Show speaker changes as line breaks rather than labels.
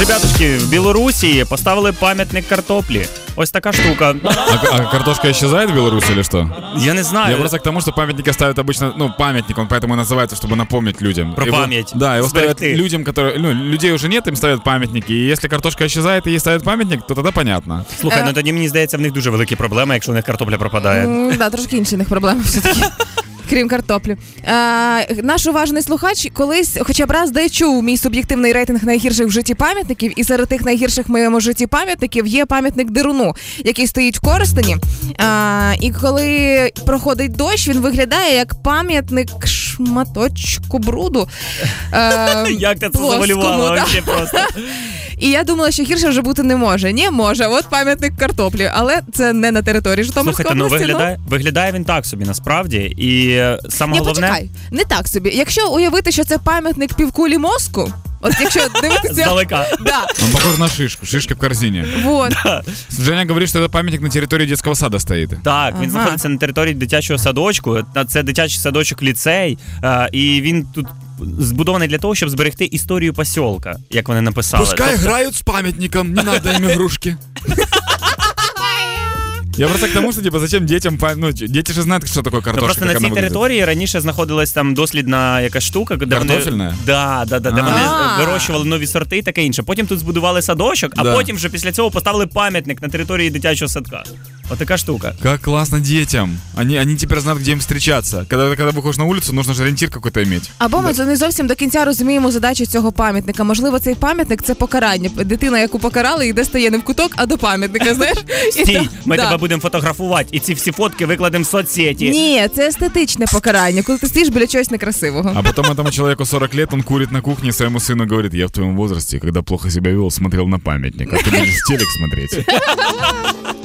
ребятушки, в Білорусі поставили пам'ятник картоплі. Ось така штука.
А, а картошка исчезает в Беларуси или что?
Я не знаю.
Я просто к тому, что памятники ставят обычно, ну, памятник, он поэтому и называется, чтобы напомнить людям.
Про
Его-
память.
Да, его ставят
Сберегти.
людям, которые, ну, людей уже нет, им ставят памятники. И если картошка исчезает и ей ставят памятник, то тогда понятно.
Е.
Слухай, ну тоді мені здається, в них дуже великі проблеми, якщо у них картопля пропадає.
М, Ну, Да, трошки інші в них проблеми все-таки. Крім картоплі, е, наш уважний слухач колись, хоча б раз де чув мій суб'єктивний рейтинг найгірших в житті пам'ятників, і серед тих найгірших в моєму житті пам'ятників є пам'ятник Деруну, який стоїть в Коростені. Е, і коли проходить дощ, він виглядає як пам'ятник шматочку бруду. Е,
Як ти це
плоскому,
завалювала?
да.
Вообще просто.
І я думала, що гірше вже бути не може. Ні, може, от пам'ятник картоплі, але це не на території Житомирської
Слухайте, ну
області, ну.
виглядає, виглядає він так собі насправді. І е, саме
Ні,
головне.
почекай, не так собі. Якщо уявити, що це пам'ятник півкулі мозку, от якщо дивитися.
Здалека.
Да,
Он похож на шишку, шишки в корзине.
вот.
Женя говорит, что это памятник на территории детского сада стоит.
Так, він
Ага.
знаходиться на території дитячого садочку. Та- Це дитячий садочок ліцей, е, і він тут збудований для того, щоб зберегти історію посілка, як вони написали. Тобто-
играют с памятником, не надо им игрушки. Я просто к тому, что, типа, зачем детям... пам- Ну, дети же знают, что такое
Ну,
картошка.
просто
как
на
она
цій
выглядит.
території раніше знаходилась там дослідна якась штука, де
Картофельна?
вони да, да, да, де
А.
вони
А.
вирощували нові сорти і таке інше. Потім тут збудували садочок, а
Да.
потім вже після цього поставили пам'ятник на території дитячого садка. Отака штука.
Как классно детям. Они, они теперь знают, где им встречаться. Когда, когда выходишь на улицу, нужно же ориентир какой-то иметь.
Або ми не зовсім до кінця розуміємо задачу цього пам'ятника. Можливо, цей пам'ятник це покарання. Дитина, яку покарали, йде стає не в куток, а до пам'ятника. Знаєш, І
Стій,
там-
ми
да.
тебе будемо фотографувати, і ці всі фотки викладемо в соцсеті.
Ні, це естетичне покарання, коли ти стоїш біля чогось некрасивого.
А потом этому человеку 40 лет, он курит на кухне, и своему сыну говорит, я в твоем возрасте, когда плохо себя вел, смотрел на памятник, а ты будешь телек смотреть.